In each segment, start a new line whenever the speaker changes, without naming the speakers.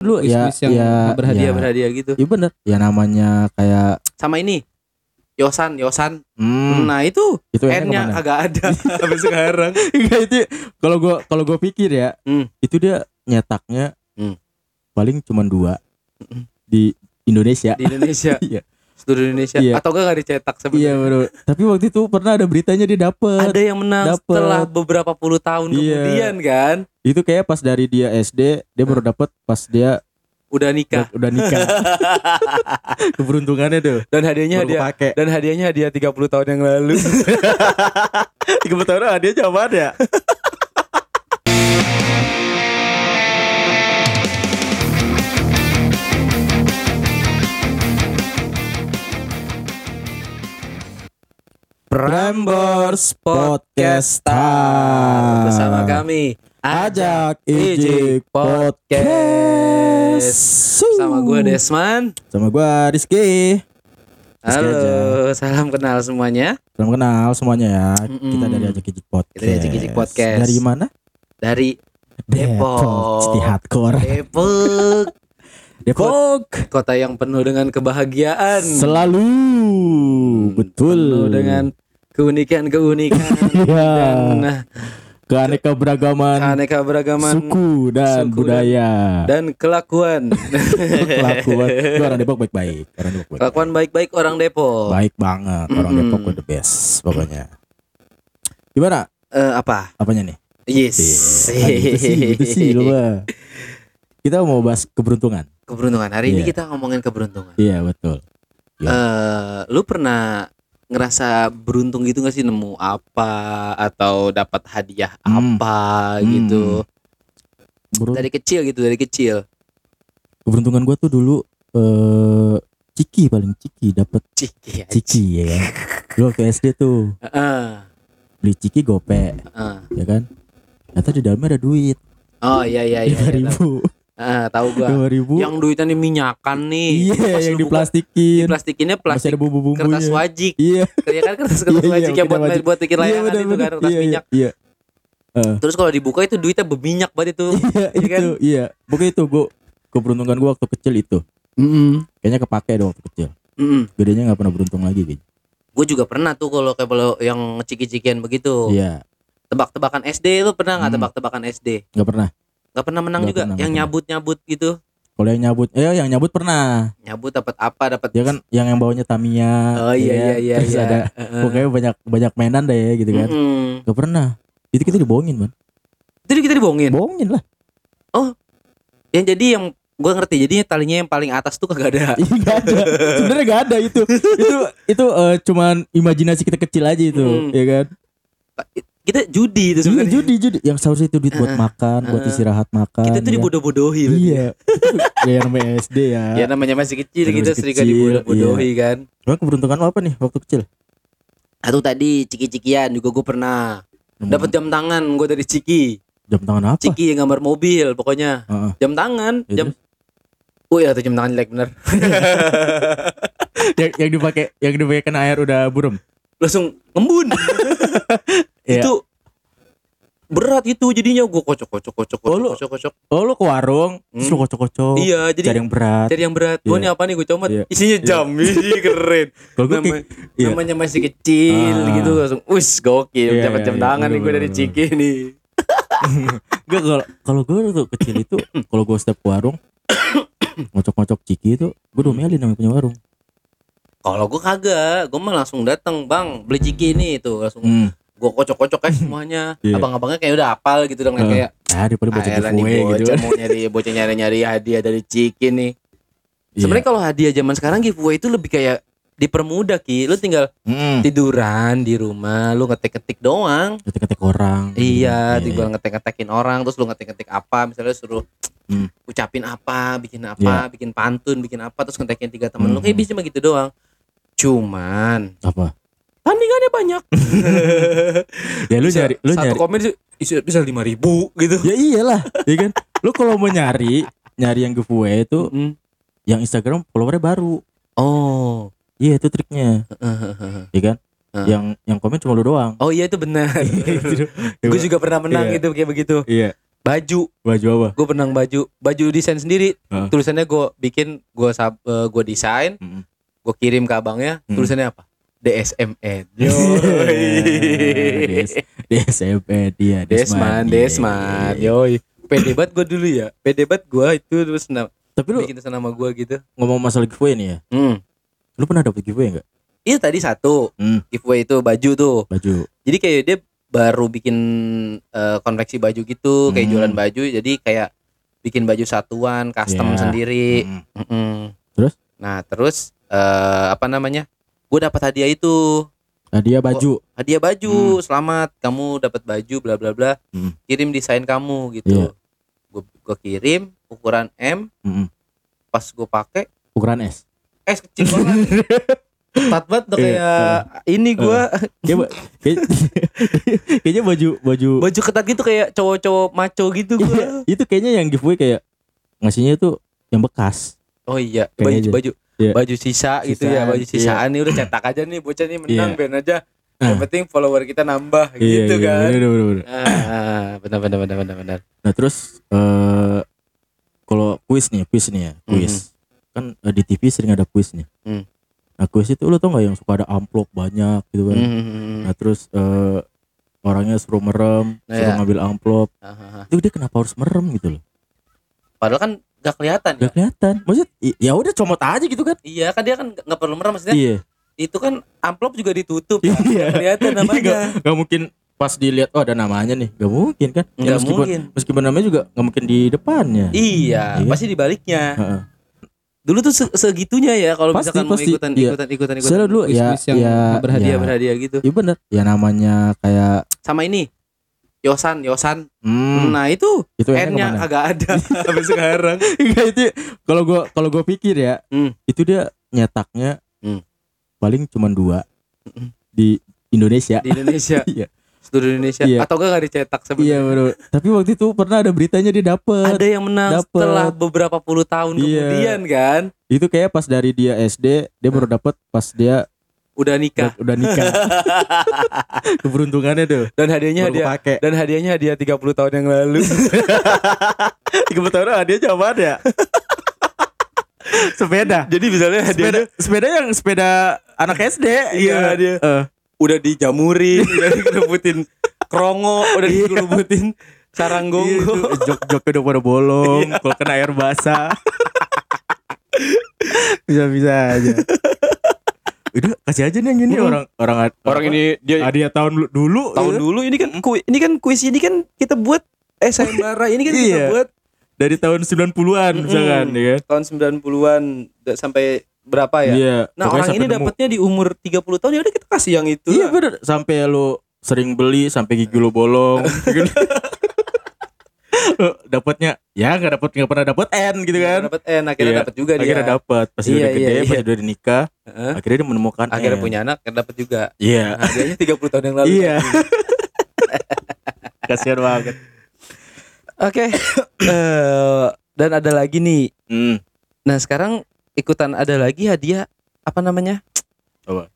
Lu
Ya,
wish-wish yang
ya,
berhadiah
ya.
berhadiah gitu.
Iya bener Ya namanya kayak
Sama ini. Yosan, Yosan.
hmm,
Nah, itu
itu
N-nya
kemana?
agak ada sampai sekarang.
Enggak itu ya, kalau gua kalau gua pikir ya,
Hmm.
itu dia nyetaknya
Hmm.
paling cuman dua
Mm-mm.
di Indonesia.
di Indonesia.
Iya.
Seluruh Indonesia
Iya.
atau enggak enggak dicetak
Iya
sebenarnya.
bro. Tapi waktu itu pernah ada beritanya dia dapet.
Ada yang menang
Dapet.
setelah beberapa puluh tahun
Iya.
kemudian kan
Itu kayak pas dari dia SD dia baru dapet pas dia
udah nikah
udah, udah nikah. Keberuntungannya tuh.
dan hadiahnya
Baru
hadiah
pakai.
dan hadiahnya hadiah 30 tahun yang lalu.
Tiga puluh tahun dia jawaban ya. Prambors Podcast Time.
bersama kami
Ajak
Ijik
Ijik Podcast
sama gue Desman.
Sama gue Rizky
Halo,
aja.
salam kenal semuanya
Salam kenal semuanya ya Kita
Mm-mm.
dari Ajak Ijik Podcast
Kita dari Ajak Ijik Podcast.
Dari mana?
dari Depok.
City Hardcore
Depok,
Depok
kota yang penuh dengan kebahagiaan,
Selalu Betul
penuh dengan keunikan-keunikan
Iya.
dan nah,
keanekaragaman
aneka beragaman
Suku dan
Suku dan-
budaya
dan kelakuan.
Kelakuan Gua Orang Depok baik-baik Orang Depok baik-baik
kelakuan baik-baik orang Depok.
Baik banget Orang
Mm-mm.
Depok the best Pokoknya Gimana?
Eh, apa?
Apanya nih?
Yes.
Iya, gitu sih, gitu sih lu mah. Kita mau bahas keberuntungan.
Keberuntungan. Hari ini
Iya.
kita ngomongin keberuntungan.
Iya betul. Iya.
eh lu pernah ngerasa beruntung gitu gak sih nemu apa atau dapat hadiah
Hmm.
apa
Hmm.
gitu
Berun-
dari kecil gitu dari kecil
keberuntungan gue tuh dulu eh ciki paling ciki dapat
cih iya. Eh,
ciki ya kan. Dulu waktu SD tuh
Heeh,
beli ciki gope
heeh.
ya kan. Ternyata di dalamnya ada duit
oh iya iya iya, iya tahu.
lima ribu,
Heeh, tahu gua
dua ribu.
yang duitnya minyakan nih
Iya
Pas
yang
lu buka,
diplastikin.
plastikinnya
Masih
plastik
ada bumbu bumbunya.
kertas wajik
Iya.
ya kan kertas kertas
Iya, iya,
wajik yang buat
kertas wajik.
buat bikin
Iya
layangan itu
benar-benar.
kan kertas
Iya, iya,
minyak
Iya.
terus kalau dibuka itu duitnya berminyak banget itu
Iya
Iya kan?
itu. Iya. Pokoknya itu gue keberuntungan gue waktu kecil itu.
mm
Kayaknya kepake deh waktu kecil. Gedenya nggak pernah beruntung lagi gitu.
gue juga pernah tuh kalau kayak kalau yang ciki-cikian begitu
Iya.
tebak-tebakan SD lu pernah nggak
Hmm.
tebak-tebakan SD
nggak pernah
nggak pernah menang
Nggak
juga
pernah,
yang
nggak
nyabut-nyabut gitu
kalau yang nyabut eh yang nyabut pernah
nyabut dapat apa dapat
ya kan yang yang bawanya Tamiya
oh
ya
iya iya
kan?
iya
terus
iya.
ada
Heeh.
pokoknya banyak banyak mainan deh gitu kan
Mm-mm.
nggak pernah itu kita dibohongin man
jadi kita dibohongin
bohongin lah
yang Ya, jadi yang gue ngerti jadinya talinya yang paling atas tuh kagak ada
Ih, Iya, nggak ada sebenarnya nggak ada itu itu itu eh, cuman imajinasi kita kecil aja itu
Mm.
ya kan
kita judi itu
Iya,
sebenarnya Eh,
judi judi yang seharusnya itu duit buat makan buat
heeh.
istirahat makan
kita tuh
ya kan?
dibodoh-bodohin
iya Itu ya namanya SD ya
ya namanya masih kecil
Namanya
kita
masih
sering
kecil, iya.
dibodoh-bodohi kan
Emang keberuntungan lo apa nih waktu kecil
atau tadi ciki-cikian juga gue pernah
Hmm.
dapat jam tangan gue dari ciki
jam tangan apa
Ciki yang gambar mobil pokoknya.
Heeh.
Jam tangan,
Ya,
jam Oh iya tuh jam tangan jelek bener
yang yang dipakai yang dipakai kena air udah burem
Langsung ngembun.
Iya.
Itu berat itu jadinya gue kocok kocok kocok
Oh,
kocok
lu-
kocok kocok.
Oh lu ke warung Terus
Hmm.
lu kocok-kocok
Iya,
Cari
jadi
yang berat
cari yang berat. Gue
Iya.
nih apa nih gue comet.
Iya.
Isinya
Iya.
jam. Ih, keren.
Kalau gue
Namanya,
iya.
namanya masih kecil
Ah.
gitu langsung. Wis gokil
Iya,
dapat
iya,
jam
iya.
tangan nih gue dari
Bener,
Ciki nih.
Enggak kalau kalau gue tuh kecil itu Kalau gue setiap ke warung Ngocok-ngocok ciki itu Gue
Hmm.
domelin namanya punya warung
Kalau gue kagak, gue mah langsung datang, Bang, beli Ciki ini tuh langsung
hmm.
gue kocok-kocok aja semuanya.
Iya.
Abang-abangnya kayak udah apal gitu dong
Heeh.
kayak
Ah daripada bocah
Ayolah nih
giveaway
bocah
gitu kan
mau nyari bocah nyari nyari hadiah dari Ciki nih.
Iya.
Sebenarnya kalau hadiah zaman sekarang giveaway itu lebih kayak dipermudah ki. Lu tinggal
Mm-mm.
tiduran di rumah, lu ngetik-ngetik doang.
Ketik-ketik orang
Iya,
Iya,
tinggal ngetik-ngetikin orang terus lu ngetik-ngetik apa, misalnya suruh
Hmm.
ucapin apa, bikin apa,
Iya.
bikin pantun, bikin apa terus ngetikin tiga temen lu.
Hmm.
Kayak bisa mah gitu doang. Cuman
Apa
tandingannya banyak.
Ya lu
Bisa
nyari Lu
satu
nyari
komen sih isi- bisa lima ribu gitu.
Ya iyalah Ya kan Lu kalau mau nyari Nyari yang giveaway itu
Mm.
Yang Instagram followernya baru
Oh.
Iya itu triknya Ya kan
Ah.
Yang yang komen cuma lu doang
Oh iya itu benar.
Gitu.
gue juga pernah menang
Iya.
gitu kayak begitu
Iya
baju
baju apa
gue benang baju baju desain sendiri
Heeh.
tulisannya gue bikin gue sab gue desain
Mm-mm.
gue kirim ke abangnya
Hmm.
tulisannya apa DSMN
Yoi.
Yoi.
DSMP dia Iya.
Desman Desman yoi pede banget gue dulu ya pede banget gue itu terus na-
tapi lu
bikin tulisan nama gue gitu
ngomong masalah giveaway nih ya
hmm.
lu pernah dapet giveaway nggak
itu Iya, tadi satu
Hmm.
giveaway itu baju tuh
baju
jadi kayak dia baru bikin eh, konveksi baju gitu kayak
Hmm.
jualan baju jadi kayak bikin baju satuan custom
Ya.
sendiri
Mm.
Mm-mm.
Terus?
Nah terus eh, apa namanya? Gue dapat hadiah itu,
nah dia baju
hadiah baju. Selamat, kamu dapat baju, bla bla bla.
Hmm. Iya.
Kirim desain kamu gitu. Gue kirim ukuran M.
Mm-mm.
Pas gue pakai,
ukuran S
eh kecil banget. Ketat banget udah
Iya, Eh.
kayak ini gue
Kayak ba- kayak- kayaknya baju baju
baju ketat gitu kayak cowok-cowok maco gitu gue.
Iya, itu kayaknya yang giveaway kayak ngasihnya itu yang bekas
Oh iya,
Kayaknya
baju
aja.
baju
Iya.
baju sisa, gitu ya,
Sisaan,
baju
iya.
sisaan nih udah cetak aja nih bocah nih menang
Iya.
biarin aja. Yang
Ah.
penting follower kita nambah gitu
Iya, iya,
kan.
bener, bener, bener.
Ah, benar benar benar benar benar.
nah terus eh kalau kuis nih kuis nih ya kuis kan eh, di TV sering ada kuis nih
Hmm.
nah kuis itu lo tau nggak yang suka ada amplop banyak
Hmm.
gitu kan Nah terus eh, orangnya suruh merem,
Nah,
suruh
ya.
ngambil amplop.
Hahaha.
Itu dia Ya kenapa harus merem gitu loh?
Padahal kan gak kelihatan ya.
Gak kelihatan. Maksud i- ya udah comot aja gitu kan?
Iya kan dia kan nggak nggak perlu merem maksudnya.
Iya.
Itu kan amplop juga ditutup. kan.
Iya.
Nggak Kelihatan namanya.
Gak, gak mungkin pas dilihat oh ada namanya nih. Gak mungkin kan?
Nggak
meskipun,
mungkin.
Meskipun namanya juga gak mungkin di depannya.
Iya,
Iya.
pasti dibaliknya.
Heeh.
Dulu tuh se- segitunya ya kalau
Pasti,
misalkan mau
pasti.
ikutan
Iya.
ikutan ikutan ikutan.
Soalnya dulu ya,
kuis-kuis yang
ya,
berhadiah,
ya,
Iya berhadiah gitu.
Iya bener. Ya namanya kayak
Sama ini. Yosan, Yosan.
hmm,
Nah, itu
itu enak
N-nya
kemana?
agak ada sampai sekarang.
Enggak, itu kalau gua kalau gua pikir ya,
Hmm.
itu dia nyetaknya
Hmm.
paling cuman dua
Mm-mm.
di Indonesia.
Di Indonesia.
Iya.
Seluruh Indonesia
Iya.
atau enggak enggak dicetak sebenarnya.
Iya baru. Tapi waktu itu pernah ada beritanya dia dapet.
Ada yang menang
Dapet.
setelah beberapa puluh tahun
Iya.
kemudian kan.
Itu kayak pas dari dia SD dia baru dapet pas dia
Udah nikah.
udah, udah nikah. Keberuntungannya tuh.
Dan hadiahnya
Baru
hadiah
pakai.
dan hadiahnya hadiah 30 tahun yang lalu.
Kebetulan hadiah apa ya? sepeda.
Jadi misalnya
Sepeda,
hadiahnya
sepeda yang sepeda anak SD.
Iya, hadiah.
Eh,
udah dijamurin, udah dikerubutin krongo, udah
Iya.
dikerubutin sarang
iya, itu
gonggo.
jok-joknya udah pada bolong,
Iya.
kalau kena air basah. Bisa-bisa aja. Udah kasih aja nih yang ini
Mm-mm.
orang orang
Orang ini dia
hadiah tahun lu- dulu
tahun
gitu.
dulu ini kan kuis, ini kan kuis ini kan kita buat eh sayembara ini kan kita
Iya.
buat
dari tahun 90-an
Mm-mm.
misalkan ya kan.
tahun 90-an da- sampai berapa ya.
Iya.
Nah,
pokoknya
orang
sampai
ini
nemu.
dapatnya di umur 30 tahun ya udah kita kasih yang itu. lah.
Iya bener sampai lu sering beli sampai gigi lu bolong. Gitu. Lu dapatnya ya nggak dapat nggak pernah dapat N gitu kan.
Dapat eh akhirnya
Iya.
dapat juga dia.
Akhirnya dapat pas dia
Iya,
udah gede,
iya,
pas
iya.
dia udah nikah,
Heeh.
akhirnya dia menemukan
Akhirnya
N.
punya anak kan dapat juga.
Iya.
Nah, Hadiahnya 30 tahun yang lalu.
Iya. Kasihan banget.
Oke. Eh, dan ada lagi nih.
Hmm.
Nah, sekarang ikutan ada lagi hadiah apa namanya?
Apa?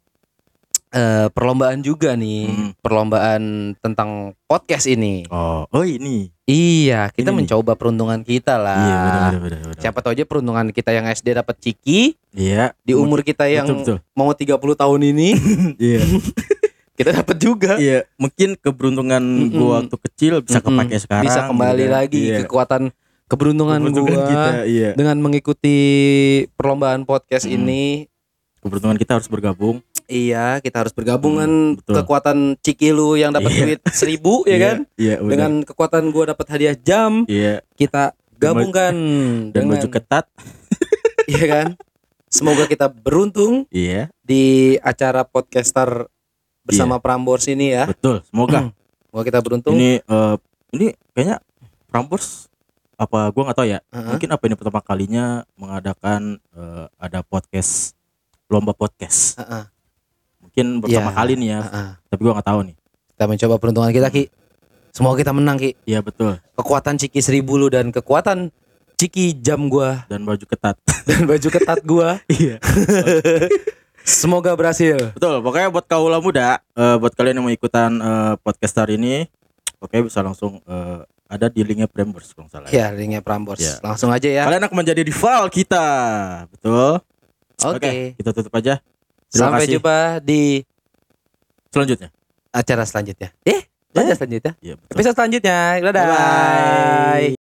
Eh, perlombaan juga nih.
Hmm.
Perlombaan tentang podcast ini.
Oh, oh ini.
Iya, kita
Ini nih.
mencoba peruntungan kita lah.
Iya, benar benar benar. benar.
Ah, Siapa tahu aja peruntungan kita yang SD dapat ciki
Iya.
di umur kita yang
betul, betul.
mau 30 tahun ini
Iya.
kita dapat juga.
Iya, mungkin keberuntungan
Mm-mm.
gua waktu kecil bisa
Mm-mm.
kepake sekarang.
Bisa kembali
gitu kan.
lagi
Iya.
kekuatan keberuntungan,
Keberuntungan
gua
kita, iya.
dengan mengikuti perlombaan podcast
Hmm.
ini.
Keberuntungan kita harus bergabung.
Iya, kita harus bergabung
Hmm,
dengan
betul.
kekuatan Ciki lu yang dapat
Iya.
duit seribu ya
Iya,
kan?
Iya, benar.
Dengan kekuatan gua dapat hadiah jam,
iya
kita gabungkan
dan baju ketat.
iya kan? Semoga kita beruntung
Iya,
di acara podcaster bersama Prambors ini ya.
betul. Semoga
Semoga kita beruntung.
ini eh, ini kayaknya Prambors apa gua nggak tahu ya.
Heeh.
Mungkin apa ini pertama kalinya mengadakan eh, ada podcast lomba podcast.
Heeh.
Mungkin pertama
Iya.
kali nih ya,
Heeh.
tapi gua nggak tahu nih.
Kita mencoba peruntungan kita, Ki. Semoga kita menang, Ki.
Iya, betul.
kekuatan Ciki seribu lu dan kekuatan Ciki jam gua
Dan baju ketat.
dan baju ketat gua.
Iya.
Semoga berhasil.
Betul, pokoknya buat kaula muda, eh, buat kalian yang mau ikutan eh, podcast hari ini, oke bisa langsung eh, ada di linknya Prambors kalau nggak salah.
Ya, linknya Prambors.
Ya.
Langsung aja ya.
Kalian akan menjadi rival kita, betul?
Oke.
kita tutup aja terima
Sampai
kasih.
jumpa di
selanjutnya.
acara selanjutnya. Eh, acara
Eh.
selanjutnya.
Iya, betul.
Episode selanjutnya. Dadah.
Bye-bye.